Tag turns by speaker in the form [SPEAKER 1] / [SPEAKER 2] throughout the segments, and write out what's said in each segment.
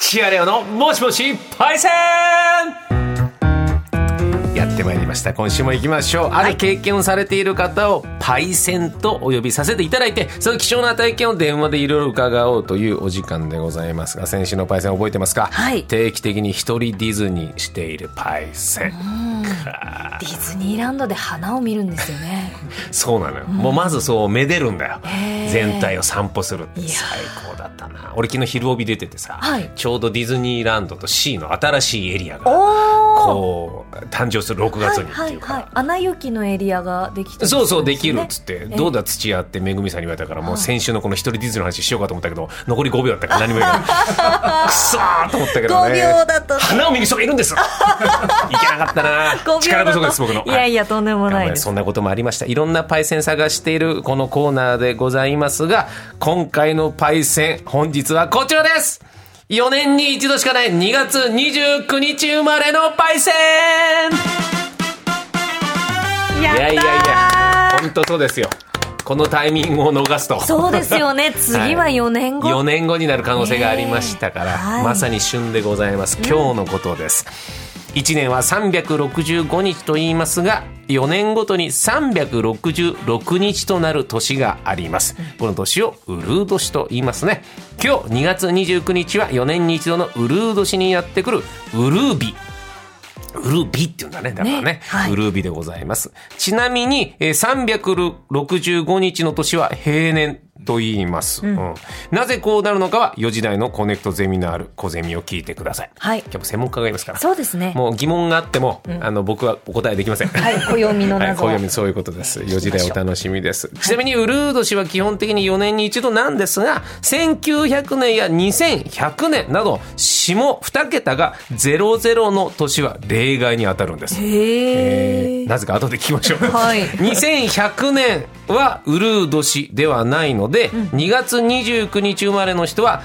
[SPEAKER 1] キアレオのもしもしパイセンやってまいりました今週も行きましょう、ある経験をされている方をパイセンとお呼びさせていただいてその貴重な体験を電話でいろいろ伺おうというお時間でございますが先週のパイセン覚えてますか、
[SPEAKER 2] はい
[SPEAKER 1] 定期的に一人ディズニーしているパイセン
[SPEAKER 2] ディズニーランドで花を見るんですよね
[SPEAKER 1] そうなのよ、もうまずそうめでるんだよ
[SPEAKER 2] へー
[SPEAKER 1] 全体を散歩するって
[SPEAKER 2] いやー
[SPEAKER 1] 最高だったな俺昨日昼帯出ててさ、
[SPEAKER 2] はい
[SPEAKER 1] ちょうどディズニーランドと C の新しいエリアが
[SPEAKER 2] おお
[SPEAKER 1] こう誕生する6月にっていうから、
[SPEAKER 2] い、アナ雪のエリアができて
[SPEAKER 1] そうそうできるっつって、
[SPEAKER 2] え
[SPEAKER 1] どうだ土屋ってめぐみさんに言われたからもう先週のこの一人ディズニーの話しようかと思ったけど残り5秒だったから何も言わない くそーと思ったけど
[SPEAKER 2] 5
[SPEAKER 1] ね
[SPEAKER 2] 秒だった
[SPEAKER 1] 花を見る人がいるんです いけなかった
[SPEAKER 2] 5秒だ
[SPEAKER 1] な
[SPEAKER 2] と
[SPEAKER 1] 力不足です僕の
[SPEAKER 2] いやいやとんでもないです
[SPEAKER 1] そんなこともありましたいろんなパイセン探しているこのコーナーでございますが今回のパイセン本日はこちらです4年に一度しかない2月29日生まれのパイセン
[SPEAKER 2] やっ
[SPEAKER 1] いやいや
[SPEAKER 2] たー
[SPEAKER 1] いや本当そうですよこのタイミングを逃すと
[SPEAKER 2] そ うですよね次は4年後、
[SPEAKER 1] 4年後になる可能性がありましたから、
[SPEAKER 2] ねえはい
[SPEAKER 1] まさに旬でございます今日のことです、1年は365日と言いますが4年ごとに366日となる年がありますこの年をうるう年と言いますね今日2月29日は4年に一度のうるう年にやってくるうるう日ウルビっていうんだね。だからね。
[SPEAKER 2] ねはい
[SPEAKER 1] ウルビでございます。ちなみに、えー365日の年は平年と言います、うんなぜこうなるのかは4時台のコネクトゼミナール、小ゼミを聞いてください。
[SPEAKER 2] はい
[SPEAKER 1] 今日も専門家がいますから。
[SPEAKER 2] そうですね
[SPEAKER 1] もう疑問があっても、あの、僕はお答えできません。
[SPEAKER 2] はい暦 の
[SPEAKER 1] はい、
[SPEAKER 2] 謎を、
[SPEAKER 1] 暦そういうことです。4時台お楽しみです。ちなみに、ウルード氏は基本的に4年に一度なんですが、1900年や2100年など、下2桁が00の年は例外に当たるんです。
[SPEAKER 2] へ
[SPEAKER 1] えー
[SPEAKER 2] え
[SPEAKER 1] なぜか後で聞きましょう。
[SPEAKER 2] はい
[SPEAKER 1] 2100年はウルード氏ではないので、2月29日生まれの人は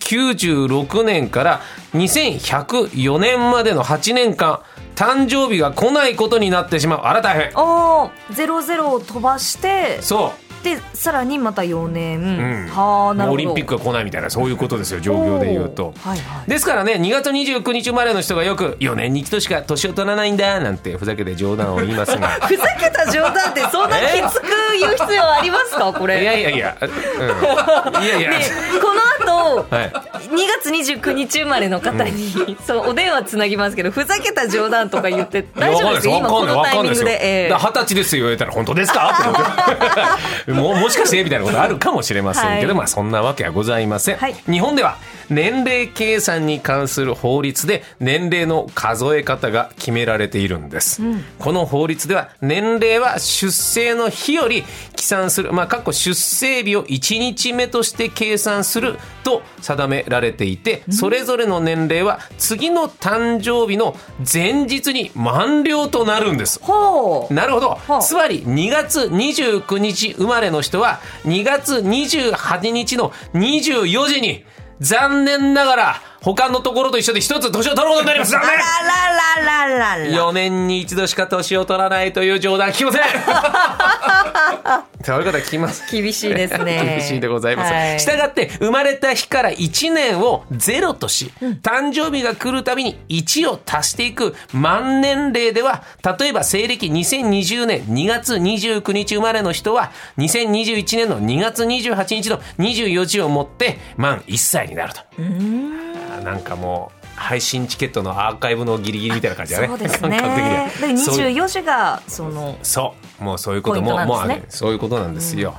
[SPEAKER 1] 2096年から2104年までの8年間、誕生日が来ないことになってしまう。あら大変。
[SPEAKER 2] おーゼロゼロを飛ばして
[SPEAKER 1] そ
[SPEAKER 2] でさらにまた4年、
[SPEAKER 1] ん
[SPEAKER 2] はあ
[SPEAKER 1] う。
[SPEAKER 2] なる
[SPEAKER 1] もう
[SPEAKER 2] ほど
[SPEAKER 1] オリンピックが来ないみたいな、そういうことですよ、状況で言うと
[SPEAKER 2] おー。はいはい
[SPEAKER 1] ですからね、2月29日生まれの人がよく、4年に一度しか年を取らないんだ、なんてふざけて冗談を言いますが。
[SPEAKER 2] ふざけた冗談ってそんなきつく言う必要ありますかこ
[SPEAKER 1] い
[SPEAKER 2] れ
[SPEAKER 1] やいやいや、うん、いやいや、
[SPEAKER 2] ねこの後、
[SPEAKER 1] はい
[SPEAKER 2] 2月29日生まれの方に、そのお電話つなぎますけどふざけた冗談とか言って大丈夫です
[SPEAKER 1] い
[SPEAKER 2] よ
[SPEAKER 1] や
[SPEAKER 2] 今
[SPEAKER 1] わかん
[SPEAKER 2] こ
[SPEAKER 1] ない
[SPEAKER 2] の
[SPEAKER 1] わか
[SPEAKER 2] タイ
[SPEAKER 1] ん
[SPEAKER 2] ミ
[SPEAKER 1] ない
[SPEAKER 2] ングで、ええ
[SPEAKER 1] だから二十歳ですよ言われたら本当ですか って思ってもうもしかしてみたいなことあるかもしれませんけど、
[SPEAKER 2] はい
[SPEAKER 1] まあそんなわけはございません、
[SPEAKER 2] はい
[SPEAKER 1] 日本では年齢計算に関する法律で年齢の数え方が決められているんです、この法律では年齢は出生の日より起算するまあかっこ出生日を1日目として計算すると定められていてそれぞれの年齢は次の誕生日の前日に満了となるんです
[SPEAKER 2] ほう
[SPEAKER 1] なるほど
[SPEAKER 2] は。あ
[SPEAKER 1] つまり2月29日生まれの人は2月28日の24時に残念ながら他のところと一緒で一つ年を取ることになります。残
[SPEAKER 2] あららららら
[SPEAKER 1] 念 !4 年に一度しか年を取らないという冗談聞きませ んそういうことは聞きます。
[SPEAKER 2] 厳しいですね
[SPEAKER 1] 厳しいでございます。
[SPEAKER 2] は
[SPEAKER 1] したがって、生まれた日から1年をゼロとし、誕生日が来るたびに1を足していく万年齢では、例えば西暦2020年2月29日生まれの人は、2021年の2月28日の24時をもって、満1歳になると。あーなんかもう、配信チケットのアーカイブのギリギリみたいな感じだね。
[SPEAKER 2] そうですね
[SPEAKER 1] 感覚的には
[SPEAKER 2] だから
[SPEAKER 1] そういう
[SPEAKER 2] 24時がその
[SPEAKER 1] そうもうそういうこと
[SPEAKER 2] ポイン
[SPEAKER 1] も
[SPEAKER 2] トなんで
[SPEAKER 1] もう
[SPEAKER 2] すね
[SPEAKER 1] あるそういうことなんですよ、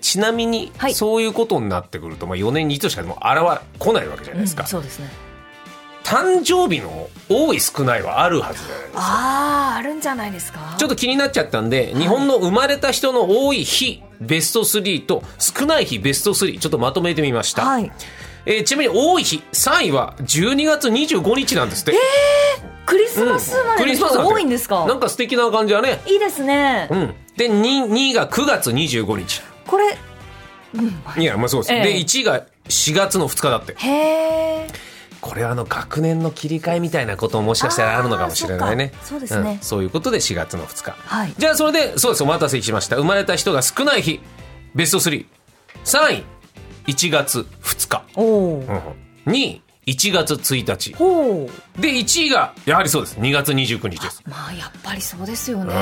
[SPEAKER 1] ちなみに、
[SPEAKER 2] はい
[SPEAKER 1] そういうことになってくると、まあ、4年に一度しかもう現れ来ないわけじゃないですか、
[SPEAKER 2] うんそうですね
[SPEAKER 1] 誕生日の多い少ないはあるはずじゃないですか
[SPEAKER 2] あああるんじゃないですか
[SPEAKER 1] ちょっと気になっちゃったんで日本の生まれた人の多い日ベスト3と少ない日ベスト3ちょっとまとめてみました、
[SPEAKER 2] はい
[SPEAKER 1] えーちなみに多い日3位は12月25日なんですって、
[SPEAKER 2] クリスマス生ま
[SPEAKER 1] ク
[SPEAKER 2] れの
[SPEAKER 1] リスマス
[SPEAKER 2] 人
[SPEAKER 1] なんて
[SPEAKER 2] 多いんですか、
[SPEAKER 1] なんか素敵な感じだね
[SPEAKER 2] いいですね、
[SPEAKER 1] うんで 2, 2位が9月25日
[SPEAKER 2] これ
[SPEAKER 1] いやまあそうです、
[SPEAKER 2] ええ
[SPEAKER 1] で1位が4月の2日だって
[SPEAKER 2] へえ
[SPEAKER 1] これはあの学年の切り替えみたいなことももしかしたらあるのかもしれないね
[SPEAKER 2] あーそうかそうですね
[SPEAKER 1] んそういうことで4月の2日、
[SPEAKER 2] はい
[SPEAKER 1] じゃあそれでそうですお待たせしました生まれた人が少ない日ベスト33位1月2日、
[SPEAKER 2] おお
[SPEAKER 1] うん、2位1月1日
[SPEAKER 2] ほう
[SPEAKER 1] で1位がやはりそうです2月29日です
[SPEAKER 2] まあやっぱりそうですよね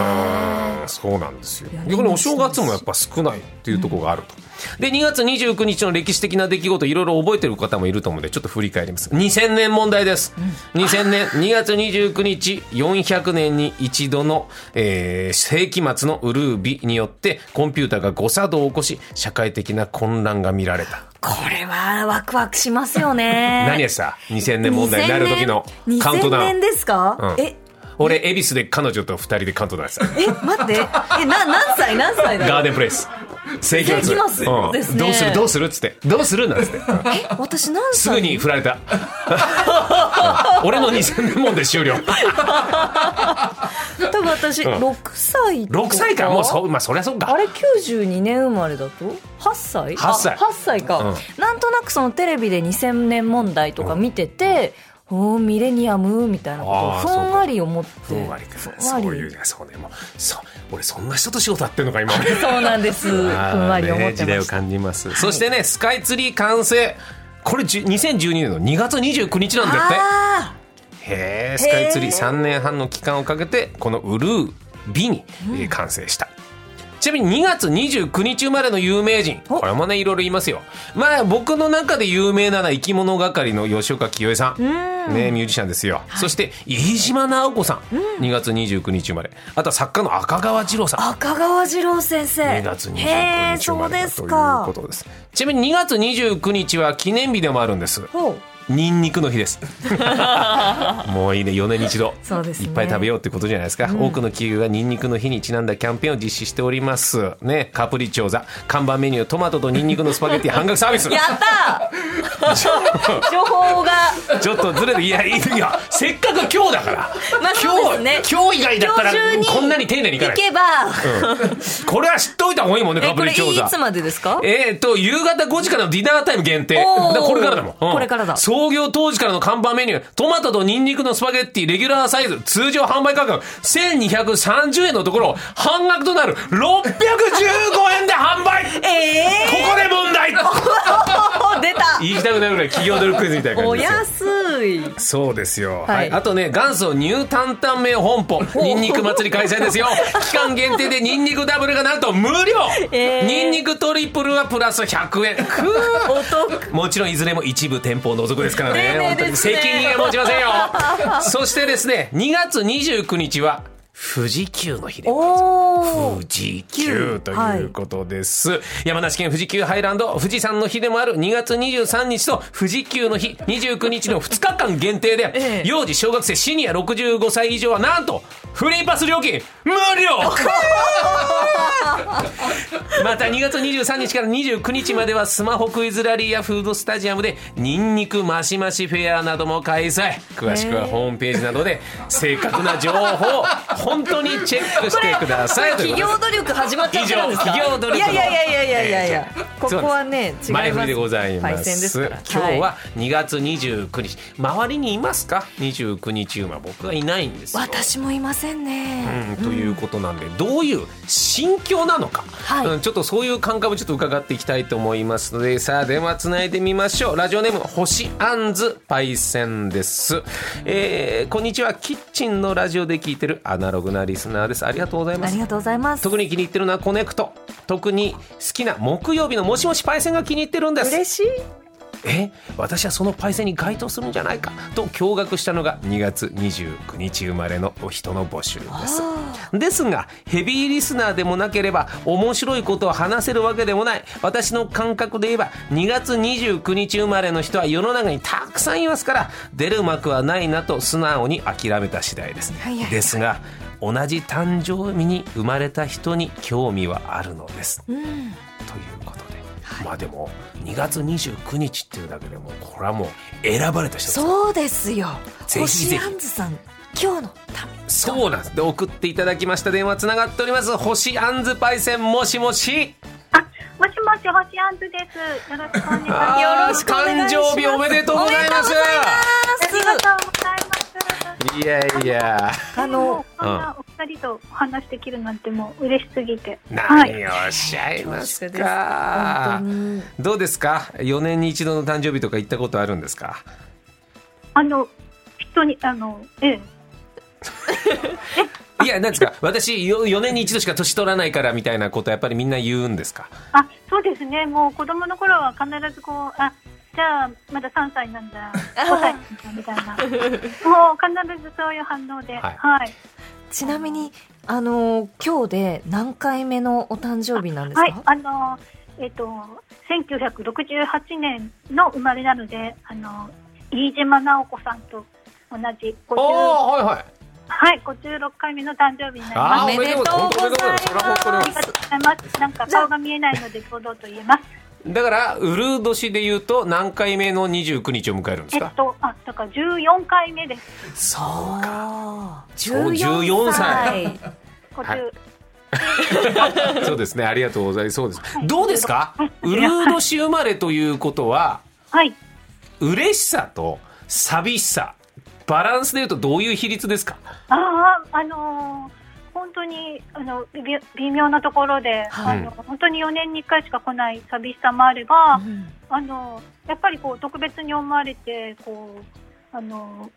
[SPEAKER 1] うんそうなんですよ
[SPEAKER 2] いや
[SPEAKER 1] 逆にお正月もやっぱ少ないっていうところがあると、で2月29日の歴史的な出来事いろいろ覚えてる方もいると思うのでちょっと振り返ります2000年問題です、2000年2月29日400年に一度の、えー世紀末のウルービによってコンピューターが誤作動を起こし社会的な混乱が見られた、
[SPEAKER 2] これはワクワクしますよね
[SPEAKER 1] 何でした2000年問題になる時のカウントダ
[SPEAKER 2] 2000
[SPEAKER 1] ウ
[SPEAKER 2] 年
[SPEAKER 1] ン
[SPEAKER 2] ですか、
[SPEAKER 1] うん
[SPEAKER 2] え
[SPEAKER 1] 俺恵比寿で彼女と2人でカウントダウンした
[SPEAKER 2] え待ってえな何歳何歳 だ
[SPEAKER 1] ガー
[SPEAKER 2] よ
[SPEAKER 1] デンプレイス。正規
[SPEAKER 2] 世紀末ですね
[SPEAKER 1] どうするどうするっつって。どうするなん つって。うん
[SPEAKER 2] え私何歳
[SPEAKER 1] すぐに振られた。うん俺の2000年問題終了。
[SPEAKER 2] 多分私
[SPEAKER 1] うん
[SPEAKER 2] 6歳とか
[SPEAKER 1] 6歳からもうそう、まあそりゃそう
[SPEAKER 2] あ
[SPEAKER 1] か。
[SPEAKER 2] れ92年生まれだと8歳
[SPEAKER 1] 8歳
[SPEAKER 2] あ8歳か、なんとなくそのテレビで2000年問題とか見てて、おーミレニアムみたいなことを
[SPEAKER 1] あー
[SPEAKER 2] ふんわり思って
[SPEAKER 1] ふんわりか。
[SPEAKER 2] ふんわ
[SPEAKER 1] そ
[SPEAKER 2] り
[SPEAKER 1] ういうね、そうね。もう、そう、俺そんな人と仕事やってんのか、今。
[SPEAKER 2] そうなん ですふんわり思
[SPEAKER 1] あーね
[SPEAKER 2] って
[SPEAKER 1] 時代
[SPEAKER 2] ま
[SPEAKER 1] を
[SPEAKER 2] した、
[SPEAKER 1] 感じます。そしてね、スカイツリー完成。これじゅ2012年の2月29日なんだって。
[SPEAKER 2] あ
[SPEAKER 1] へえスカイツリー3年半の期間をかけてこのウルービにえー完成した、ちなみに2月29日生まれの有名人これもねいろいろいますよまあ僕の中で有名なのは生き物係の吉岡清江さんねミュージシャンですよ、そして飯島直子さん、2月29日生まれあとは作家の赤川次郎さん
[SPEAKER 2] ー赤川次郎先生
[SPEAKER 1] 2月29日
[SPEAKER 2] へー
[SPEAKER 1] 生
[SPEAKER 2] そ
[SPEAKER 1] ま
[SPEAKER 2] う
[SPEAKER 1] れ
[SPEAKER 2] で
[SPEAKER 1] だと
[SPEAKER 2] す
[SPEAKER 1] いう
[SPEAKER 2] か
[SPEAKER 1] ことですちなみに2月29日は記念日でもあるんです
[SPEAKER 2] ほ う
[SPEAKER 1] ニンニクの日です もういいね4年に一度
[SPEAKER 2] そうですね
[SPEAKER 1] いっぱい食べようってことじゃないですか、多くの企業がニンニクの日にちなんだキャンペーンを実施しておりますねカプリチョーザ看板メニュートマトとニンニクのスパゲッティ半額サービス
[SPEAKER 2] やったー 情報が
[SPEAKER 1] ちょっとずれていやいいいやせっかく今日だから、
[SPEAKER 2] まあそうですね
[SPEAKER 1] 今日今日以外だったら
[SPEAKER 2] 今日中に
[SPEAKER 1] こんなに丁寧にいか
[SPEAKER 2] 行
[SPEAKER 1] ない
[SPEAKER 2] けば、
[SPEAKER 1] これは知っといた方がいいもんね
[SPEAKER 2] え
[SPEAKER 1] カ
[SPEAKER 2] こ
[SPEAKER 1] プ
[SPEAKER 2] れ
[SPEAKER 1] リ
[SPEAKER 2] い
[SPEAKER 1] チョーザ
[SPEAKER 2] つまでですか
[SPEAKER 1] えー、と夕方5時からのディナータイム限定だ
[SPEAKER 2] おー
[SPEAKER 1] からこれからだもん、
[SPEAKER 2] これからだ
[SPEAKER 1] 創業当時からの看板メニュートマトとニンニクのスパゲッティレギュラーサイズ通常販売価格1230円のところ半額となる615円で販売こ
[SPEAKER 2] ええ
[SPEAKER 1] こで問 題
[SPEAKER 2] ー、 出た
[SPEAKER 1] 言いたくなるぐらい企業努力クイズみたいな感
[SPEAKER 2] お
[SPEAKER 1] じですよ
[SPEAKER 2] 安い
[SPEAKER 1] そうですよ、は
[SPEAKER 2] はいい
[SPEAKER 1] あとね元祖ニュータンタン麺本舗ニンニク祭り開催 ですよ期間限定でニンニクダブルがなんと無料、
[SPEAKER 2] えー
[SPEAKER 1] ニンニクトリプルはプラス100円くー
[SPEAKER 2] お得
[SPEAKER 1] もちろんいずれも一部店舗を除くですからね
[SPEAKER 2] 丁寧
[SPEAKER 1] 本当
[SPEAKER 2] で
[SPEAKER 1] に
[SPEAKER 2] すね
[SPEAKER 1] 責任は持ちませんよそしてですね2月29日は富士急の日で
[SPEAKER 2] おお
[SPEAKER 1] 富士急ということです、山梨県富士急ハイランド富士山の日でもある2月23日と富士急の日29日の2日間限定で、
[SPEAKER 2] ええ
[SPEAKER 1] 幼児小学生シニア65歳以上はなんとフリーパス料金無 料また2月23日から29日まではスマホクイズラリーやフードスタジアムでニンニクマシマシフェアなども開催詳しくはホームページなどで正確な情報を本当にチェックしてくださいという
[SPEAKER 2] 企
[SPEAKER 1] ことで
[SPEAKER 2] 業努力始まっちゃってるんですか
[SPEAKER 1] 以上企業努力の
[SPEAKER 2] いやいやいやいやいやいや
[SPEAKER 1] え
[SPEAKER 2] ここはね違います
[SPEAKER 1] 前振りでございま
[SPEAKER 2] 対戦
[SPEAKER 1] す
[SPEAKER 2] ですから
[SPEAKER 1] 今日は2月29日周りにいますか29日馬僕はいないんですよ
[SPEAKER 2] 私もいませんね、
[SPEAKER 1] うん、ということなんで、どういう心境なのか、
[SPEAKER 2] はい
[SPEAKER 1] うん、ちょっとそういう感覚もちょっと伺っていきたいと思いますのでさあ電話つないでみましょうラジオネーム星あんずパイセンです、えーこんにちはキッチンのラジオで聞いてるアナログなリスナーですありがとうございま
[SPEAKER 2] あ
[SPEAKER 1] す
[SPEAKER 2] りがとうございます
[SPEAKER 1] 特に気に入ってるのはコネクト特に好きな木曜日のもしもしパイセンが気に入ってるんです
[SPEAKER 2] 嬉しい
[SPEAKER 1] え私はそのパイセンに該当するんじゃないかと驚愕したのが2月29日生まれのお人の募集ですですがヘビーリスナーでもなければ面白いことを話せるわけでもない私の感覚で言えば2月29日生まれの人は世の中にたくさんいますから出る幕はないなと素直に諦めた次第です、
[SPEAKER 2] はいはい
[SPEAKER 1] ですが同じ誕生日に生まれた人に興味はあるのです
[SPEAKER 2] うん
[SPEAKER 1] ということで、まあでも2月29日っていうだけでもこれはもう選ばれた人です
[SPEAKER 2] そうですよ
[SPEAKER 1] ぜひぜひ
[SPEAKER 2] 星あんずさん今日のため
[SPEAKER 1] そうなんですで送っていただきました電話つながっております星あんずパイセンもしもし
[SPEAKER 3] あ、もしもし、星あんずです。よろしくお願いします。
[SPEAKER 1] あー
[SPEAKER 2] よろしくお願いします
[SPEAKER 1] 誕生日おめでとうございます
[SPEAKER 3] ありがとうございます。
[SPEAKER 1] いやいや
[SPEAKER 2] あの
[SPEAKER 3] こんなお二人とお話できるなんてもう嬉しすぎて。はい。
[SPEAKER 1] 何をおっしゃいます
[SPEAKER 2] 恐縮
[SPEAKER 1] か
[SPEAKER 2] です本当に
[SPEAKER 1] どうですか4年に一度の誕生日とか行ったことあるんですか
[SPEAKER 3] あの、人に、あの、ええ。
[SPEAKER 1] いや、なんですか、私よ4年に一度しか年取らないからみたいなことやっぱりみんな言うんですか。
[SPEAKER 3] あ、そうですね。もう子供の頃は必ずこう、あ、じゃあまだ3歳なんだ、5歳なんだ みたいな。もう必ずそういう反応で、
[SPEAKER 1] はい
[SPEAKER 3] はい。
[SPEAKER 2] ちなみに、あのー今日で何回目のお誕生日なんですか、
[SPEAKER 3] はい、あの、えっ、と、1968年の生まれなので、あの、飯島直子さんと同じ
[SPEAKER 1] あ
[SPEAKER 3] 50、
[SPEAKER 1] あ、はいはい。
[SPEAKER 3] はい、56回目の誕生日になります。
[SPEAKER 1] あー
[SPEAKER 2] おめでとうございます
[SPEAKER 1] おめでとうございますそれは本
[SPEAKER 3] ありがとうございます。なんか顔が見えないので堂々と言えます。
[SPEAKER 1] だから、うる年で言うと何回目の29日を迎えるんで
[SPEAKER 3] え
[SPEAKER 1] す
[SPEAKER 3] っ
[SPEAKER 1] か。
[SPEAKER 3] と、あ、だから14回目です。
[SPEAKER 1] そうか。
[SPEAKER 2] 十
[SPEAKER 1] 14
[SPEAKER 2] 14
[SPEAKER 1] 歳
[SPEAKER 2] 歳
[SPEAKER 3] 50、
[SPEAKER 1] はいそうですね。ありがとうございます。そうです。
[SPEAKER 3] い
[SPEAKER 1] どうですか
[SPEAKER 3] はい
[SPEAKER 1] ウルー年生まれということは、
[SPEAKER 3] はい。
[SPEAKER 1] 嬉しさと寂しさ、バランスで言うとどういう比率ですか
[SPEAKER 3] ああ、あのー本当にあの微妙微妙なところで、
[SPEAKER 2] はい
[SPEAKER 3] あの本当に4年に1回しか来ない寂しさもあれば、
[SPEAKER 2] うん
[SPEAKER 3] あのやっぱりこう特別に思われてこうあの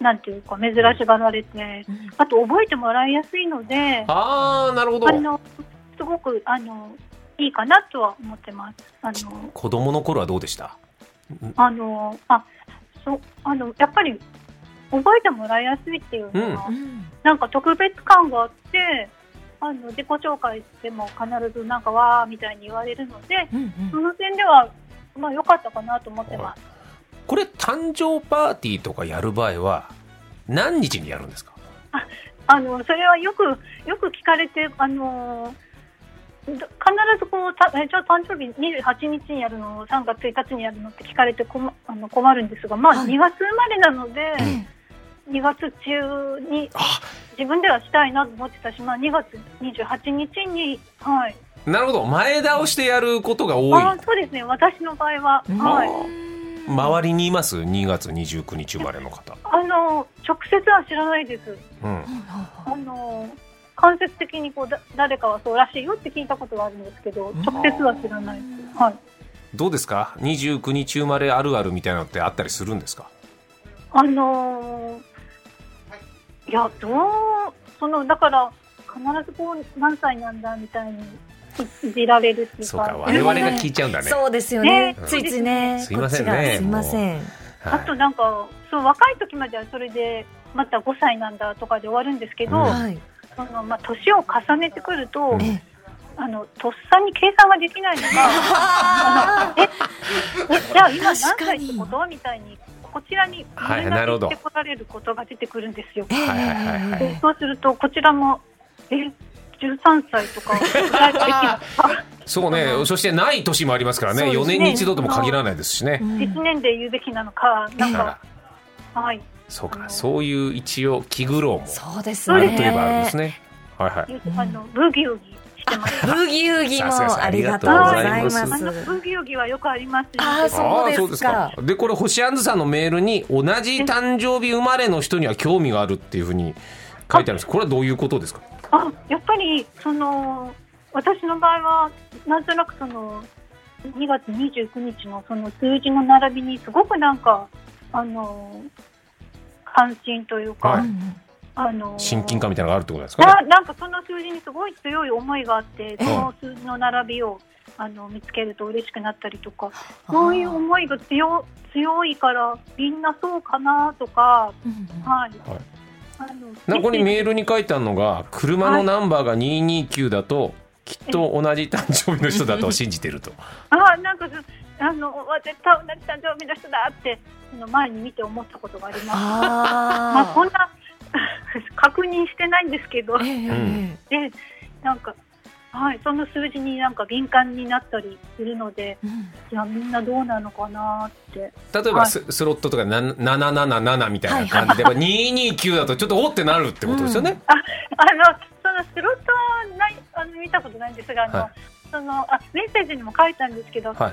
[SPEAKER 3] なんていうか珍しがられて
[SPEAKER 2] うん
[SPEAKER 3] あと覚えてもらいやすいのであ
[SPEAKER 1] ああ、なるほど。
[SPEAKER 3] のすごくあのいいかなとは思ってます。あの
[SPEAKER 1] 子供の頃はどうでした
[SPEAKER 3] あのあそうあのやっぱり覚えてもらいやすいっていうのは、
[SPEAKER 2] うん
[SPEAKER 3] なんか特別感があってあの自己紹介でも必ずなんかわーみたいに言われるので
[SPEAKER 2] うん
[SPEAKER 3] その点ではまあ良かったかなと思ってます。
[SPEAKER 1] これ誕生パーティーとかやる場合は何日にやるんですか
[SPEAKER 3] あのそれはよくよく聞かれて、あのど必ずこうたえじゃあ誕生日28日にやるの3月1日にやるのって聞かれて困あの困るんですが、まあ、
[SPEAKER 2] はい
[SPEAKER 3] 2月生まれなので、
[SPEAKER 2] え
[SPEAKER 3] 2月中に
[SPEAKER 1] あ
[SPEAKER 3] 自分ではしたいなと思ってたし、まあ、2月28日に、はい、
[SPEAKER 1] なるほど前倒してやることが多い
[SPEAKER 3] あそうですね私の場合は、
[SPEAKER 2] うん
[SPEAKER 3] はい、
[SPEAKER 2] うん
[SPEAKER 1] 周りにいます2月29日生まれの方、
[SPEAKER 3] あの直接は知らないです。
[SPEAKER 1] うん、
[SPEAKER 3] あの間接的にこうだ誰かはそうらしいよって聞いたことはあるんですけど直接は知らないです。はい
[SPEAKER 1] どうですか29日生まれあるあるみたいなのってあったりするんですか
[SPEAKER 3] あのーいや、どう、その、だから、必ずこう、何歳なんだみたいにいいじられるっていうか。
[SPEAKER 1] そうか我
[SPEAKER 2] れ
[SPEAKER 1] 々
[SPEAKER 2] は
[SPEAKER 1] が聞いちゃうんだね
[SPEAKER 2] そうですよね
[SPEAKER 3] ね。
[SPEAKER 2] ついついね。
[SPEAKER 1] すいませんね
[SPEAKER 2] こっちがすいません。
[SPEAKER 3] あ
[SPEAKER 1] はい
[SPEAKER 3] となんか、そう、若い時まではそれで、また5歳なんだとかで終わるんですけ
[SPEAKER 1] う
[SPEAKER 3] ど、
[SPEAKER 1] ん
[SPEAKER 2] はい。
[SPEAKER 3] その、まあ、年を重ねてくると、
[SPEAKER 1] うん
[SPEAKER 2] ええ
[SPEAKER 3] あの、とっさに計算ができないの が、あのえ、え、じゃあ今何
[SPEAKER 2] 確か
[SPEAKER 3] 歳っ
[SPEAKER 2] に
[SPEAKER 3] てことみたいに、こちらに、
[SPEAKER 1] はい
[SPEAKER 3] 無理
[SPEAKER 1] なる
[SPEAKER 3] り
[SPEAKER 1] ほど
[SPEAKER 3] 言ってこられることが出てくるんですよ。
[SPEAKER 2] ええ
[SPEAKER 1] はいはいはい
[SPEAKER 2] ええ
[SPEAKER 3] でそうするとこちらもえ13歳とか具体的な
[SPEAKER 1] そうねそしてない年もありますからね
[SPEAKER 2] そうです
[SPEAKER 1] 4
[SPEAKER 2] ね
[SPEAKER 1] 年に一度とも限らないですしね、
[SPEAKER 2] うん
[SPEAKER 3] 1年で言うべきなのかなん
[SPEAKER 1] だから
[SPEAKER 3] かはい
[SPEAKER 1] そうかそういう一応気苦労も
[SPEAKER 2] そうです
[SPEAKER 1] あ
[SPEAKER 2] ね。
[SPEAKER 1] るといえばあるんですねはいはい
[SPEAKER 3] あのブギウギしてます。
[SPEAKER 2] ブギウギも
[SPEAKER 1] さすがです
[SPEAKER 2] ありがとうございま
[SPEAKER 1] あ
[SPEAKER 2] す
[SPEAKER 1] り
[SPEAKER 3] あ。のブギウギはよくあります
[SPEAKER 2] あー
[SPEAKER 3] う
[SPEAKER 2] そうですか
[SPEAKER 1] あーでこれ星あんずさんのメールに同じ誕生日生まれの人には興味があるっていうふうに書いてあるんですこれはどういうことですか
[SPEAKER 3] あやっぱりその私の場合はなんとなくその2月29日のその数字の並びにすごくなんかあの関心というか、
[SPEAKER 1] はい
[SPEAKER 2] うん
[SPEAKER 3] あの
[SPEAKER 1] 親近感みたいなのがあるってことですか
[SPEAKER 3] な
[SPEAKER 1] ね
[SPEAKER 3] なんかその数字にすごい強い思いがあって、
[SPEAKER 2] え
[SPEAKER 3] その数字の並びをあの見つけると嬉しくなったりとか、
[SPEAKER 2] あー
[SPEAKER 3] そういう思いが強強いから、みんなそうかなとか、
[SPEAKER 2] うん
[SPEAKER 3] はい。
[SPEAKER 1] はい
[SPEAKER 3] あの
[SPEAKER 1] なここに
[SPEAKER 3] メッセージ
[SPEAKER 1] メールに書いてあるのが車のナンバーが229だときっと同じ誕生日の人だと信じてると
[SPEAKER 3] あーなんかずあのわ絶対同じ誕生日の人だってその前に見て思ったことがあります。まあ
[SPEAKER 2] あ
[SPEAKER 3] こんな確認してないんですけど
[SPEAKER 2] あ。、ええええ
[SPEAKER 3] でなんかはいその数字になんか敏感になったりするので。
[SPEAKER 2] うん
[SPEAKER 3] いやみんなどうなのかなって
[SPEAKER 1] 例え
[SPEAKER 3] は
[SPEAKER 1] ば
[SPEAKER 3] い
[SPEAKER 1] ス,、ロットとかな777みたいな感じで、やっぱ229だとちょっとおってなるってことですよね、
[SPEAKER 3] あのそのスロットはないあの見たことないんですがあの、
[SPEAKER 1] はい
[SPEAKER 3] そのあメッセージにも書いたんですけど、
[SPEAKER 1] はい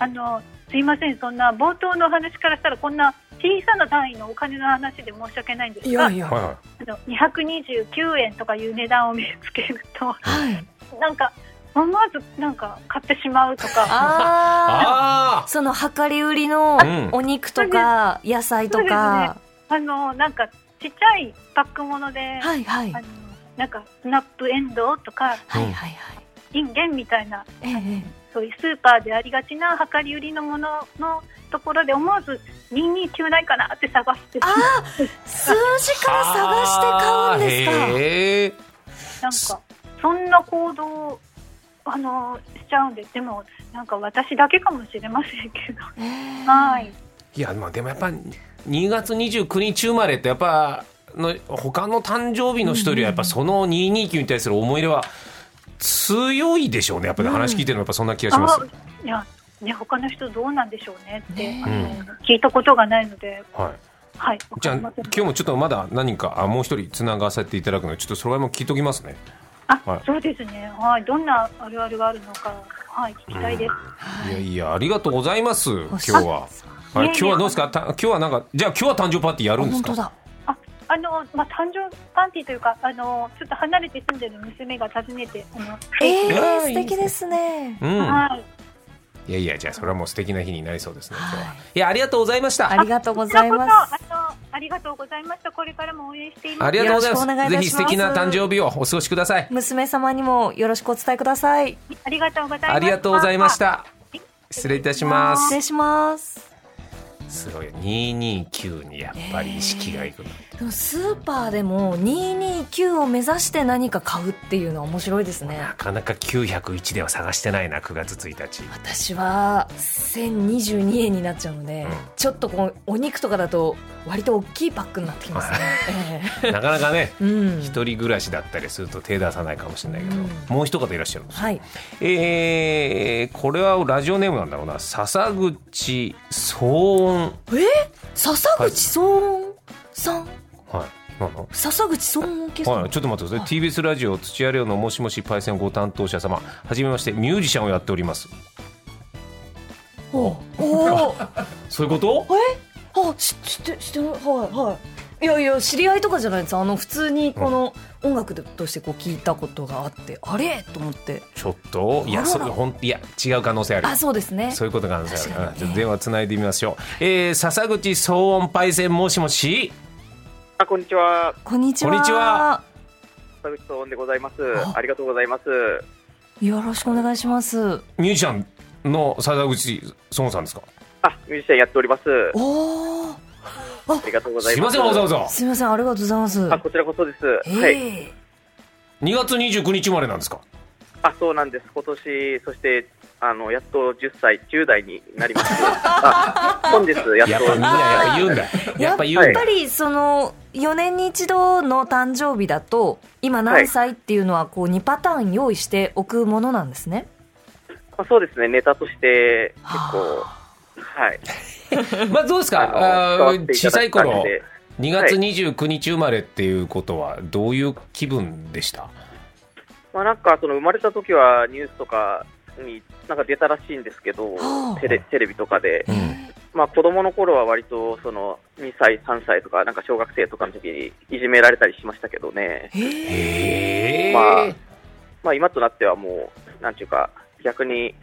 [SPEAKER 3] あのすいませんそんな冒頭のお話からしたらこんな小さな単位のお金の話で申し訳ないんです
[SPEAKER 2] い
[SPEAKER 3] が
[SPEAKER 2] やいや。
[SPEAKER 1] はいは
[SPEAKER 3] あの229円とかいう値段を見つけると
[SPEAKER 2] はい。
[SPEAKER 3] なんか思わずなんか買ってしまうとか、
[SPEAKER 2] あ
[SPEAKER 1] あ
[SPEAKER 2] あその量り売りの
[SPEAKER 1] うん
[SPEAKER 2] お肉とか野菜とか、
[SPEAKER 3] あのなんかちっちゃいパックもので、
[SPEAKER 2] はいはい
[SPEAKER 3] あ
[SPEAKER 2] はい
[SPEAKER 3] のなんかスナップエンドウとか
[SPEAKER 2] はいはい
[SPEAKER 3] インゲンみたいな
[SPEAKER 2] えええ
[SPEAKER 3] そういうスーパーでありがちな量り売りのもののところで思わず2299ないかなって探して
[SPEAKER 2] あえ数字から探して買うんですか
[SPEAKER 1] へえ
[SPEAKER 3] なんかそんな行動をあのしちゃうんででもなんか私だけかもしれませんけど
[SPEAKER 2] ええ
[SPEAKER 3] はい
[SPEAKER 1] いやまあでもやっぱ2月29日生まれってやっぱの他の誕生日の人よりはやっぱその229に対する思い入れは強いでしょうねやっぱり話聞いてるのやっぱそんな気がします、
[SPEAKER 3] あいやね他の人どうなんでしょうねって、
[SPEAKER 2] ね
[SPEAKER 3] あの聞いたことがないので
[SPEAKER 1] はい
[SPEAKER 3] はいわ
[SPEAKER 1] じゃ
[SPEAKER 3] か
[SPEAKER 1] あ
[SPEAKER 3] り
[SPEAKER 1] 今
[SPEAKER 3] ません
[SPEAKER 1] 日もちょっとまだ何人かあもう一人つながせていただくのでちょっとそれも聞いときますね
[SPEAKER 3] あ、
[SPEAKER 1] はい
[SPEAKER 3] そうですねはいどんなあるあるがあるのかはい聞きたいです、
[SPEAKER 1] いやいやありがとうございます今日
[SPEAKER 2] あ
[SPEAKER 1] は、はい、
[SPEAKER 3] いや
[SPEAKER 1] 今
[SPEAKER 3] いや
[SPEAKER 1] 日はどうですかた今日はなんかじゃあ今日は誕生日パーティーやるんです
[SPEAKER 2] 本当
[SPEAKER 1] か
[SPEAKER 2] だ
[SPEAKER 3] ああの、まあ、誕生パーティーというかあのちょっと離れて住んでる娘が訪ねてあの、
[SPEAKER 2] ええ
[SPEAKER 1] いや
[SPEAKER 2] 素敵ですね
[SPEAKER 1] うん
[SPEAKER 3] はい
[SPEAKER 1] いやいやじゃあそれはもう素敵な日になりそうですね今日は、
[SPEAKER 2] はい
[SPEAKER 1] い、やありがとうございました
[SPEAKER 2] ありがとうご
[SPEAKER 3] こちら
[SPEAKER 2] ざ
[SPEAKER 3] こ
[SPEAKER 2] い
[SPEAKER 3] そ
[SPEAKER 2] ます
[SPEAKER 3] あのありがとうございましたこれからも応援しています
[SPEAKER 1] ありがとうございます
[SPEAKER 2] よろしくお願いい
[SPEAKER 1] ぜ
[SPEAKER 2] たします
[SPEAKER 1] ひ素敵な誕生日をお過ごしください
[SPEAKER 2] 娘様にもよろしくお伝えください
[SPEAKER 3] ありがとうございました
[SPEAKER 1] ありがとうございました
[SPEAKER 3] い
[SPEAKER 1] 失礼いたしま
[SPEAKER 2] 失
[SPEAKER 1] す
[SPEAKER 2] 礼します
[SPEAKER 1] すごいよ229にやっぱり意識がいくな、
[SPEAKER 2] でもスーパーでも229を目指して何か買うっていうのは面白いですね
[SPEAKER 1] なかなか901では探してないな9月1日
[SPEAKER 2] 私は1022円になっちゃうので、
[SPEAKER 1] うん
[SPEAKER 2] ちょっとこうお肉とかだと割と大きいパックになってきますね、
[SPEAKER 1] なかなかね
[SPEAKER 2] ええうん
[SPEAKER 1] 一人暮らしだったりすると手出さないかもしれないけど、
[SPEAKER 2] うん
[SPEAKER 1] もう一方いらっしゃるんです
[SPEAKER 2] はい
[SPEAKER 1] えー、これはラジオネームなんだろうな笹口騒音
[SPEAKER 2] 笹口騒音さん、
[SPEAKER 1] はいなんの
[SPEAKER 2] 笹口騒音オーケストラ、
[SPEAKER 1] はい、ちょっと待ってくだ
[SPEAKER 2] はい
[SPEAKER 1] さい TBS ラジオ土屋レオの「もしもしパイセン」ご担当者様はじめましてミュージシャンをやっております
[SPEAKER 2] おうおう
[SPEAKER 1] そういうこと
[SPEAKER 2] あ、し知って、知ってる、はい、はい。いやいや、知り合いとかじゃないです。あの、普通にこの音楽でとしてこう聞いたことがあって、あれと思って。
[SPEAKER 1] ちょっといや
[SPEAKER 2] あら
[SPEAKER 1] そ
[SPEAKER 2] ら
[SPEAKER 1] ほんいや違う可能性ある
[SPEAKER 2] あ、そうですね。
[SPEAKER 1] そういうことがあるんですよ
[SPEAKER 2] 確かにね
[SPEAKER 1] ちょっと電話つないでみましょう、えー、笹口騒音パイセンもしもし
[SPEAKER 4] あこんにちは、
[SPEAKER 2] こんにちは。
[SPEAKER 1] こんにちは
[SPEAKER 4] 田口騒音でございます
[SPEAKER 2] あ。
[SPEAKER 4] ありがとうございます。
[SPEAKER 2] よろしくお願いします。
[SPEAKER 1] ミュージシャンの笹口騒音さんですか
[SPEAKER 4] あ、ミュージシャンやっております。あ
[SPEAKER 2] おお。
[SPEAKER 4] りがとうござ
[SPEAKER 1] す
[SPEAKER 4] い
[SPEAKER 1] い
[SPEAKER 4] ま。
[SPEAKER 1] ますせんわざわざ
[SPEAKER 2] すみません、ありがとうございます。
[SPEAKER 4] あ、こちらこそです。
[SPEAKER 2] え
[SPEAKER 4] はい。
[SPEAKER 2] え
[SPEAKER 1] 2月29日生まれなんですか
[SPEAKER 4] あ、そうなんです。今年、そして、あの、やっと10歳、10代に なりました。あ、本日、やっと。
[SPEAKER 1] やっぱみんなやっぱ言うんだやっぱ言
[SPEAKER 4] は
[SPEAKER 1] う
[SPEAKER 4] い
[SPEAKER 1] ん
[SPEAKER 2] やっ
[SPEAKER 1] だ
[SPEAKER 2] ぱりその4年に一度の誕生日だと今何歳っていうのはこう2パターン用意しておくものなんですね。
[SPEAKER 4] あそうですね、ネタとして、結構、
[SPEAKER 2] は
[SPEAKER 4] はい。
[SPEAKER 1] まあどうですか
[SPEAKER 4] あの
[SPEAKER 1] あー小さい頃
[SPEAKER 4] 使わせて
[SPEAKER 1] 2月29日生まれっていうことはどういう気分でした、
[SPEAKER 4] まあ、なんか、その、生まれた時は、ニュースとかに、なんか出たらしいんですけど
[SPEAKER 2] はあ、
[SPEAKER 4] テレテレビとかで。
[SPEAKER 1] うん
[SPEAKER 4] まあ、子供の頃は割とその2歳、3歳とか、なんか小学生とかの時にいじめられたりしましたけどね、
[SPEAKER 2] あへえ
[SPEAKER 1] へえ、
[SPEAKER 4] まあまあ、今となってはもう、なんていうか、逆に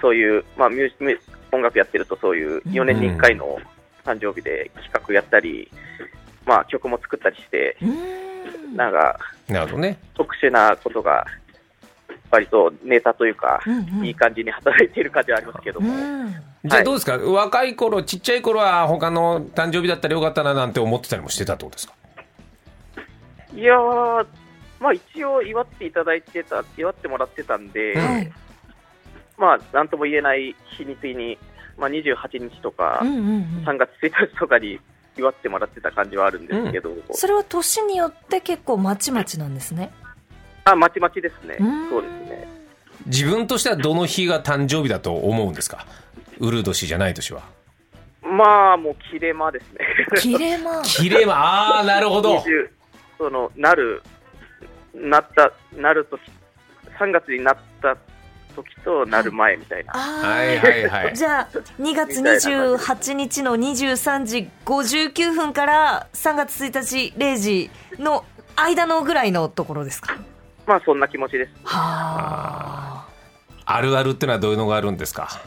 [SPEAKER 4] そういう、まあ、ミュージミュージ音楽やってると、そういう
[SPEAKER 2] うん
[SPEAKER 4] 4年に1回の誕生日で企画やったり、まあ、曲も作ったりして、
[SPEAKER 2] うーん
[SPEAKER 4] なんか
[SPEAKER 1] なるほどね
[SPEAKER 4] 特殊なことが、割とネタというか、
[SPEAKER 2] うんうん
[SPEAKER 4] いい感じに働いている感じはありますけど
[SPEAKER 2] う
[SPEAKER 4] も。
[SPEAKER 2] ん
[SPEAKER 1] じゃあどうですか、若い頃ちっちゃい頃は他の誕生日だったらよかったななんて思ってたりもしてたってことですか
[SPEAKER 4] いやー、まあ、一応祝っていただいてた、祝ってもらってたんで、
[SPEAKER 1] うん
[SPEAKER 2] はい
[SPEAKER 4] まあ、なんとも言えない日にちに、まあ、28日とか
[SPEAKER 2] うん、うんうん
[SPEAKER 4] 3月1日とかに祝ってもらってた感じはあるんですけど、
[SPEAKER 2] それは年によって結構まちまちなんですね。
[SPEAKER 4] あ、まちまちですね
[SPEAKER 2] うーん。
[SPEAKER 4] そうですね。
[SPEAKER 1] 自分としてはどの日が誕生日だと思うんですかウル年じゃない年は
[SPEAKER 4] まあ、もう、切れ間ですね。
[SPEAKER 2] 切れま。
[SPEAKER 1] 切れまああーなるほど
[SPEAKER 4] 20その、なる、なった、なるとき、3月になった時となる前みたいな。
[SPEAKER 2] あー
[SPEAKER 1] はいはいはい
[SPEAKER 2] じゃあ2月28日の23時59分から3月1日0時の間のぐらいのところですか
[SPEAKER 4] まあそんな気持ちです。
[SPEAKER 2] はあ
[SPEAKER 1] あるあるってのはどういうのがあるんですか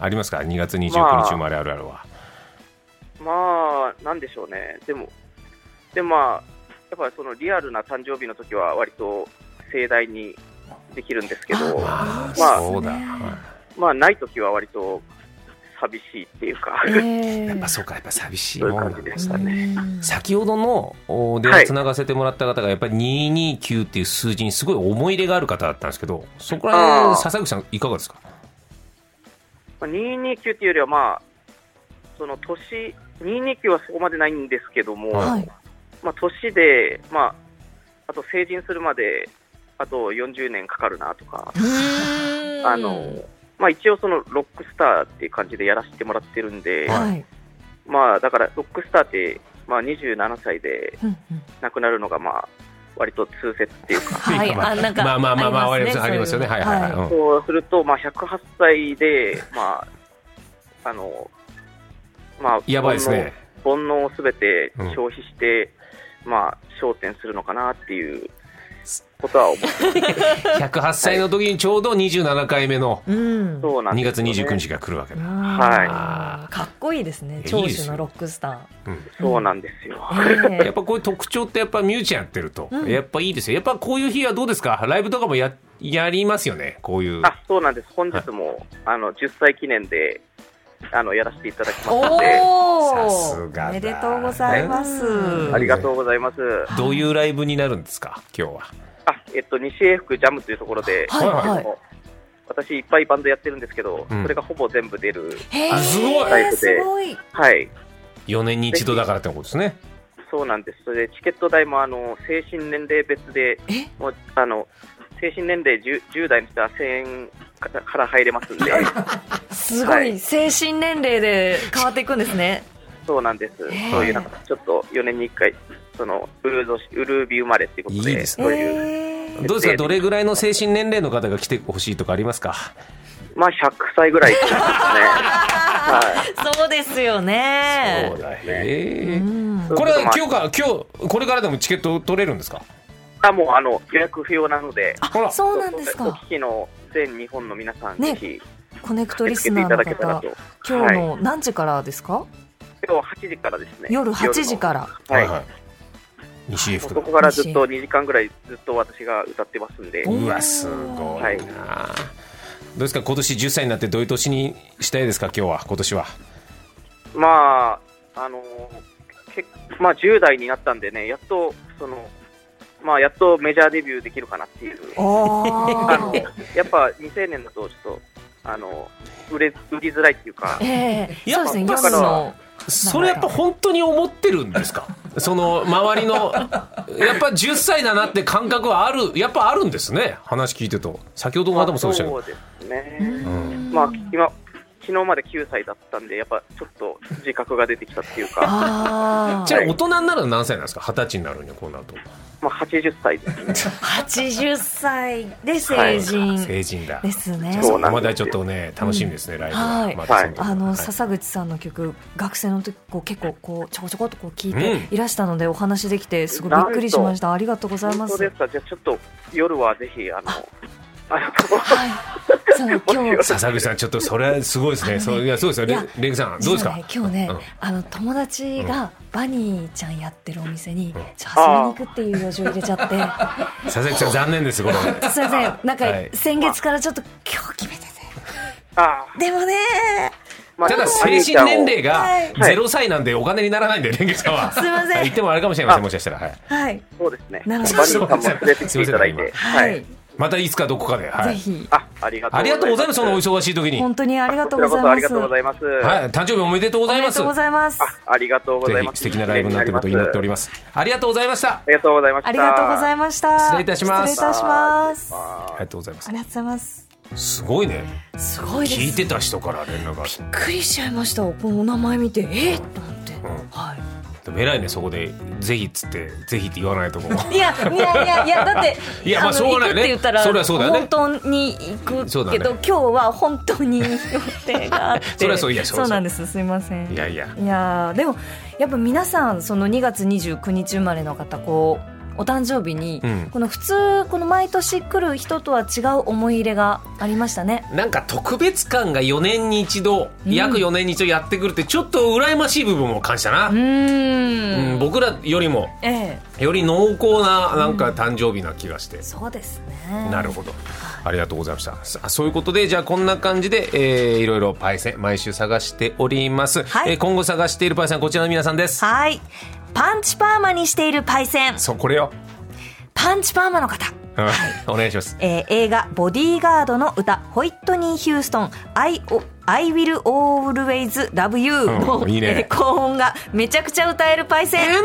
[SPEAKER 1] ありますか2月29日生まれあるあるは、
[SPEAKER 4] まあ、なんでしょうね、でも、でもまあ、やっぱりそのリアルな誕生日の時は、割と盛大にできるんですけど、
[SPEAKER 1] あー
[SPEAKER 4] まあ
[SPEAKER 1] そうだ、
[SPEAKER 2] そうですね
[SPEAKER 1] はい
[SPEAKER 4] まあ、ない時は割と寂しいっていうか、
[SPEAKER 2] ええ
[SPEAKER 1] やっぱそうかやっぱ寂しいもんなん
[SPEAKER 4] そういう感じで
[SPEAKER 1] です
[SPEAKER 4] し
[SPEAKER 1] ね
[SPEAKER 4] たね
[SPEAKER 2] うん
[SPEAKER 1] 先ほどのお電
[SPEAKER 4] は
[SPEAKER 1] 話
[SPEAKER 4] い
[SPEAKER 1] つながせてもらった方がやっぱり229っていう数字にすごい思い入れがある方だったんですけどそこら
[SPEAKER 4] あ
[SPEAKER 1] 辺
[SPEAKER 4] ー
[SPEAKER 1] 笹口さんいかがですか
[SPEAKER 4] まあ229っていうよりは、まあ、その年、229はそこまでないんですけども、
[SPEAKER 2] はい
[SPEAKER 4] まあ、年で、まあ、あと成人するまで、あと40年かかるなとか、
[SPEAKER 2] うん
[SPEAKER 4] あのまあ、一応、そのロックスターっていう感じでやらせてもらってるんで。
[SPEAKER 2] はい
[SPEAKER 4] まあだからロックスターって、まあ、27歳で
[SPEAKER 2] うんうん
[SPEAKER 4] 亡くなるのがまあ割と通説っていうか
[SPEAKER 2] はい
[SPEAKER 1] まあ
[SPEAKER 2] あなんか
[SPEAKER 1] まあまあまあまあ
[SPEAKER 2] あ
[SPEAKER 1] あ
[SPEAKER 2] り
[SPEAKER 1] り
[SPEAKER 2] ま
[SPEAKER 1] ますす
[SPEAKER 2] ね
[SPEAKER 1] ありますよね
[SPEAKER 2] そう
[SPEAKER 1] は
[SPEAKER 2] いう
[SPEAKER 1] い
[SPEAKER 2] の
[SPEAKER 1] はいはい、
[SPEAKER 2] は
[SPEAKER 1] うん
[SPEAKER 4] そうするとまあ108歳でまああのまあ
[SPEAKER 1] やばいですね
[SPEAKER 4] 煩悩煩悩をすべて消費して、まあ焦点するのかなっていうことは思って
[SPEAKER 1] 108歳の時にちょうど27回目の
[SPEAKER 2] うん
[SPEAKER 4] そうなん
[SPEAKER 1] 2
[SPEAKER 4] です
[SPEAKER 1] 月
[SPEAKER 4] よね
[SPEAKER 1] 29日が来るわけだ、
[SPEAKER 2] はいかっこいいですね
[SPEAKER 1] いい
[SPEAKER 2] 長
[SPEAKER 1] です
[SPEAKER 2] 州の
[SPEAKER 1] よ
[SPEAKER 2] ロックスタ
[SPEAKER 1] うん
[SPEAKER 4] そうなんですよ、
[SPEAKER 2] ー
[SPEAKER 1] やっ
[SPEAKER 2] え
[SPEAKER 1] ぱこういう特徴ってやっぱミュージアンやってると、
[SPEAKER 2] うん
[SPEAKER 1] やっぱいいですよやっぱこういう日はどうですかライブとかもややりますよねこういう
[SPEAKER 4] あそうなんです本日も、あの10歳記念であのやらせていただき
[SPEAKER 2] え
[SPEAKER 4] ましたので
[SPEAKER 2] おお
[SPEAKER 1] さすがだ
[SPEAKER 2] おめでとうございます
[SPEAKER 1] うん
[SPEAKER 4] ありがとうございます
[SPEAKER 1] どういうライブになるんですか今日は
[SPEAKER 4] あえっと西英福ジャムというところで、
[SPEAKER 2] はい
[SPEAKER 1] は
[SPEAKER 2] はい
[SPEAKER 4] 私いっぱいバンドやってるんですけど、
[SPEAKER 1] うん
[SPEAKER 4] それがほぼ全部出る
[SPEAKER 2] へー
[SPEAKER 1] あすごい
[SPEAKER 4] タイプです
[SPEAKER 2] ごい
[SPEAKER 4] はい
[SPEAKER 1] 4年に一度だからってことですね
[SPEAKER 4] そうなんですそれでチケット代もあの精神年齢別で
[SPEAKER 2] え
[SPEAKER 4] もうあの精神年齢 10, 10代の人は1000円からから入れま すんで
[SPEAKER 2] すご
[SPEAKER 4] はいい
[SPEAKER 2] 精神年齢で変わっていくんですね
[SPEAKER 4] そうなんです、
[SPEAKER 2] ー
[SPEAKER 4] そういうなんかちょっと4年に1回そのウルードウルービー生まれっていうことで
[SPEAKER 1] いいです
[SPEAKER 4] そうい
[SPEAKER 2] え
[SPEAKER 4] う、
[SPEAKER 2] ー
[SPEAKER 1] どうですかどれぐらいの精神年齢の方が来てほしいとかありますか
[SPEAKER 4] まあ100歳ぐら いですねはい
[SPEAKER 2] そうですよね
[SPEAKER 1] だね
[SPEAKER 2] うん
[SPEAKER 1] これは今日から今日これからでもチケット取れるんですか
[SPEAKER 4] あもうあの予約不要なので
[SPEAKER 1] ほら
[SPEAKER 2] そうなんですか
[SPEAKER 4] お聞きの全日本の皆さん、
[SPEAKER 2] ね
[SPEAKER 4] ぜひ
[SPEAKER 2] コネクト
[SPEAKER 4] 受
[SPEAKER 2] リ
[SPEAKER 4] け
[SPEAKER 2] ス
[SPEAKER 4] 付けて
[SPEAKER 2] ナ
[SPEAKER 4] い
[SPEAKER 2] ー
[SPEAKER 4] ただ
[SPEAKER 2] の
[SPEAKER 4] けたら
[SPEAKER 2] 方
[SPEAKER 4] と。
[SPEAKER 2] 今日
[SPEAKER 4] はい、
[SPEAKER 2] の何時からですか
[SPEAKER 4] 今日8時からですね。
[SPEAKER 2] 夜8時から
[SPEAKER 4] らはい。
[SPEAKER 1] い西
[SPEAKER 4] そ
[SPEAKER 1] 福
[SPEAKER 4] こからずっと2時間ぐらいずっと私が歌ってますんで、
[SPEAKER 2] お
[SPEAKER 1] うわすごいな、
[SPEAKER 4] はい
[SPEAKER 1] どうですか今年10歳になってどういう年にしたいですか今日は今年は
[SPEAKER 4] まああのけまあ10代になったんでね、やっとそのまあやっとメジャーデビューできるかなっていう。あ
[SPEAKER 2] あ
[SPEAKER 4] のやっぱ未成年だとちょっとあの売れ売りづらいっていうか
[SPEAKER 2] ー、ええ
[SPEAKER 1] や
[SPEAKER 2] そう
[SPEAKER 1] っ
[SPEAKER 2] で
[SPEAKER 1] ぱ
[SPEAKER 2] すね
[SPEAKER 1] だ
[SPEAKER 2] 夜
[SPEAKER 1] から
[SPEAKER 2] の
[SPEAKER 1] それやっぱ本当に思ってるんです かその周りのやっぱ10歳だなって感覚はあるやっぱあるんですね話聞いてると先ほどの方もそうでしたけど、
[SPEAKER 4] まあそうですね。
[SPEAKER 1] うん
[SPEAKER 4] まあ今昨日まで9歳だったんで、やっぱちょっと自覚が出てきたっていうか、
[SPEAKER 2] あ
[SPEAKER 1] じ
[SPEAKER 2] あ
[SPEAKER 1] ゃあ大人になるのは何歳なんですか二十歳になるにはこうなると
[SPEAKER 4] まあ80歳ですね。
[SPEAKER 2] 80歳で成人
[SPEAKER 1] 成人だ
[SPEAKER 2] ですね、
[SPEAKER 4] そうなんですよ
[SPEAKER 1] まだちょっとね楽しみですね、ライブは、
[SPEAKER 2] はい
[SPEAKER 1] またその時
[SPEAKER 2] あの
[SPEAKER 1] はい
[SPEAKER 2] 笹口さんの曲、学生の時こう結構こうちょこちょこっとこう聞い
[SPEAKER 1] うん
[SPEAKER 2] ていらしたので、お話できてすごいびっくりしましたありがとうございま
[SPEAKER 4] 本当
[SPEAKER 2] す
[SPEAKER 4] ですか、じゃあちょっと夜はぜひ、あの、あの、
[SPEAKER 2] はいそう今日
[SPEAKER 1] 笹口さんちょっとそれはすごいですね
[SPEAKER 2] あのね
[SPEAKER 1] そういやそうですよ
[SPEAKER 2] いや
[SPEAKER 1] レレグさんどうですか、
[SPEAKER 2] 実はね今日ね、あの友達がバニーちゃんやってるお店に、ちょっと遊びに行くっていう予定を入れちゃって
[SPEAKER 1] 笹口さん残念ですこれ
[SPEAKER 2] すいませんなんか
[SPEAKER 1] はい
[SPEAKER 2] 先月からちょっと今日決めてて
[SPEAKER 4] あ
[SPEAKER 2] でもね
[SPEAKER 4] まあ
[SPEAKER 1] ただ精神年齢が
[SPEAKER 2] はい
[SPEAKER 1] 0歳なんでお金にならないんでレンゲさんは
[SPEAKER 2] すいません
[SPEAKER 1] 言ってもあれかもしれませんもしかしたらはい
[SPEAKER 2] はい
[SPEAKER 4] そうですね。
[SPEAKER 2] な
[SPEAKER 4] バ
[SPEAKER 2] る
[SPEAKER 4] ニ
[SPEAKER 2] ほど
[SPEAKER 4] ーさんも連れてきていただいて。
[SPEAKER 2] はい、
[SPEAKER 1] またいつかどこかでは
[SPEAKER 2] ぜ
[SPEAKER 1] い
[SPEAKER 2] ひ
[SPEAKER 4] あ、ありがとう
[SPEAKER 1] ありがとうございますそのお
[SPEAKER 4] お
[SPEAKER 1] 忙しい時に
[SPEAKER 2] 本当にありがとう
[SPEAKER 4] こち
[SPEAKER 2] ご
[SPEAKER 4] らこ
[SPEAKER 2] ざいま
[SPEAKER 4] そあ
[SPEAKER 2] す
[SPEAKER 4] りがとうございます。
[SPEAKER 1] はい誕生日おめでとうござい
[SPEAKER 2] おめ
[SPEAKER 1] ま
[SPEAKER 2] ですとうございます
[SPEAKER 4] あ、ありがとうござ
[SPEAKER 1] ぜ
[SPEAKER 4] いま
[SPEAKER 1] ひ
[SPEAKER 4] す。
[SPEAKER 1] 素敵なライブになってることを祈っておりますありがとうございましたあ
[SPEAKER 4] ありがとうございました。
[SPEAKER 2] ありがとうござい
[SPEAKER 4] ま
[SPEAKER 2] ました
[SPEAKER 1] 失礼いたします
[SPEAKER 2] 失礼いたしますあ
[SPEAKER 4] す
[SPEAKER 1] りがとうございます
[SPEAKER 2] りがとうございます
[SPEAKER 1] すごいね
[SPEAKER 2] すごいです
[SPEAKER 1] 聞いてた人から連絡があって
[SPEAKER 2] びっくりしちゃいましたこのお名前見てえっと思って、はい
[SPEAKER 1] でも偉いねそこでぜひっつってぜひって言わないと こ
[SPEAKER 2] いやいやいやいやだって
[SPEAKER 1] いやまあ
[SPEAKER 2] の
[SPEAKER 1] しょうがないね
[SPEAKER 2] 行くって言ったら
[SPEAKER 1] そりゃそうだよね
[SPEAKER 2] 本当に行く
[SPEAKER 1] そうだ
[SPEAKER 2] け
[SPEAKER 1] ね
[SPEAKER 2] ど、今日は本当に予定があって
[SPEAKER 1] そりゃそういやそりゃそう
[SPEAKER 2] なんですすいません
[SPEAKER 1] いやいや
[SPEAKER 2] いやーでもやっぱ皆さんその2月29日生まれの方こうお誕生日に、
[SPEAKER 1] うん
[SPEAKER 2] この普通この毎年来る人とは違う思い入れがありましたね
[SPEAKER 1] なんか特別感が4年に一度、
[SPEAKER 2] ん
[SPEAKER 1] 約4年に一度やってくるってちょっと羨ましい部分も感じたな、
[SPEAKER 2] うーん
[SPEAKER 1] うん僕らよりも
[SPEAKER 2] ええ
[SPEAKER 1] より濃厚ななんか誕生日な気がして、
[SPEAKER 2] そうですね
[SPEAKER 1] なるほどありがとうございましたさあそういうことでじゃあこんな感じで、えーいろいろパイセン毎週探しております、
[SPEAKER 2] は
[SPEAKER 1] え
[SPEAKER 2] い
[SPEAKER 1] ー今後探しているパイセンこちらの皆さんです
[SPEAKER 2] はいパンチパーマにしているパイセン
[SPEAKER 1] そうこれよ、
[SPEAKER 2] パンチパーマの方
[SPEAKER 1] うんお願いします
[SPEAKER 2] えー映画「ボディーガード」の歌ホイットニー・ヒューストン「I, o I will always love you
[SPEAKER 1] うん
[SPEAKER 2] の」
[SPEAKER 1] いいね
[SPEAKER 2] えー高音がめちゃくちゃ歌えるパイセン
[SPEAKER 1] エンダ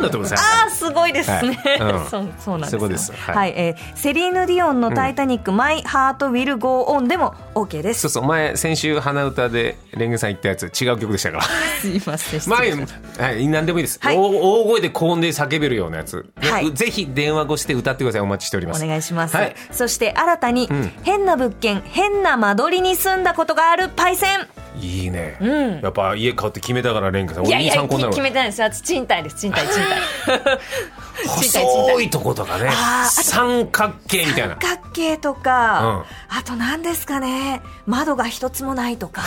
[SPEAKER 1] ーだと思います
[SPEAKER 2] あーすごいですね、
[SPEAKER 1] はいうん
[SPEAKER 2] そうそうなんです
[SPEAKER 1] そういう
[SPEAKER 2] よ
[SPEAKER 1] ことですは
[SPEAKER 2] はいい、えーセリーヌ・ディオンの「タイタニック」マイ・ハート・ウィル・ゴー・オン」でも OK で
[SPEAKER 1] そ
[SPEAKER 2] す
[SPEAKER 1] うそう前先週鼻歌でレンゲさん言ったやつ違う曲でした から
[SPEAKER 2] すいません失礼
[SPEAKER 1] 前
[SPEAKER 2] しました
[SPEAKER 1] はい何でもいいです、
[SPEAKER 2] は
[SPEAKER 1] 大
[SPEAKER 2] い
[SPEAKER 1] 大声で高音で叫べるようなやつ、ね
[SPEAKER 2] はいう
[SPEAKER 1] ぜひ電話越しで歌ってくださいお待ちしております
[SPEAKER 2] お願いします、
[SPEAKER 1] はい
[SPEAKER 2] そして新たに、
[SPEAKER 1] ん
[SPEAKER 2] 変な物件変な間取りに住んだことがあるパイセン
[SPEAKER 1] いいね、
[SPEAKER 2] うん
[SPEAKER 1] やっぱ家買うって決めたからレンゲさん
[SPEAKER 2] いやい
[SPEAKER 1] 俺に
[SPEAKER 2] や
[SPEAKER 1] 参
[SPEAKER 2] き
[SPEAKER 1] 考になる
[SPEAKER 2] 決めてないです私賃貸です賃貸 賃貸賃貸賃貸
[SPEAKER 1] 細いとことかね
[SPEAKER 2] あーあと
[SPEAKER 1] 三角形みたいな
[SPEAKER 2] 三角形とか、あと何ですかね窓が一つもないとか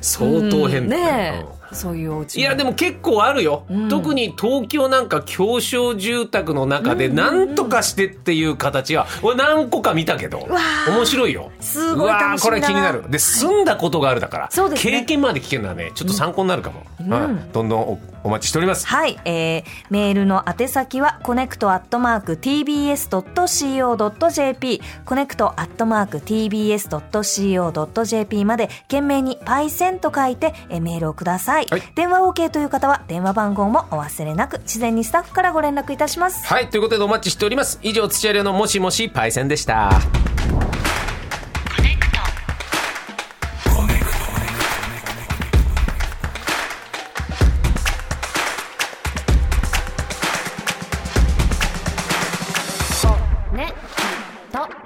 [SPEAKER 1] 相当変だね
[SPEAKER 2] うんねえそういうお家
[SPEAKER 1] いやでも結構あるよ、
[SPEAKER 2] ん
[SPEAKER 1] 特に東京なんか狭小住宅の中でなんとかしてっていう形は俺何個か見たけど
[SPEAKER 2] ー
[SPEAKER 1] 面白いよ
[SPEAKER 2] すごいう
[SPEAKER 1] わー
[SPEAKER 2] 楽し
[SPEAKER 1] こ
[SPEAKER 2] みだな
[SPEAKER 1] れ気になるで住んだことがあるだから、
[SPEAKER 2] そうですね
[SPEAKER 1] 経験まで聞けるのはねちょっと参考になるかも、うんどんどんおお待ちしております
[SPEAKER 2] はい、えー、メールの宛先はコネクトアットマーク tbs.co.jp コネクトアットマーク tbs.co.jp まで懸命にパイセンと書いて、えーメールをください、
[SPEAKER 1] はい
[SPEAKER 2] 電話 OK という方は電話番号もお忘れなく事前にスタッフからご連絡いたします
[SPEAKER 1] はいということでお待ちしております以上土屋亮のもしもしパイセンでした
[SPEAKER 5] ねと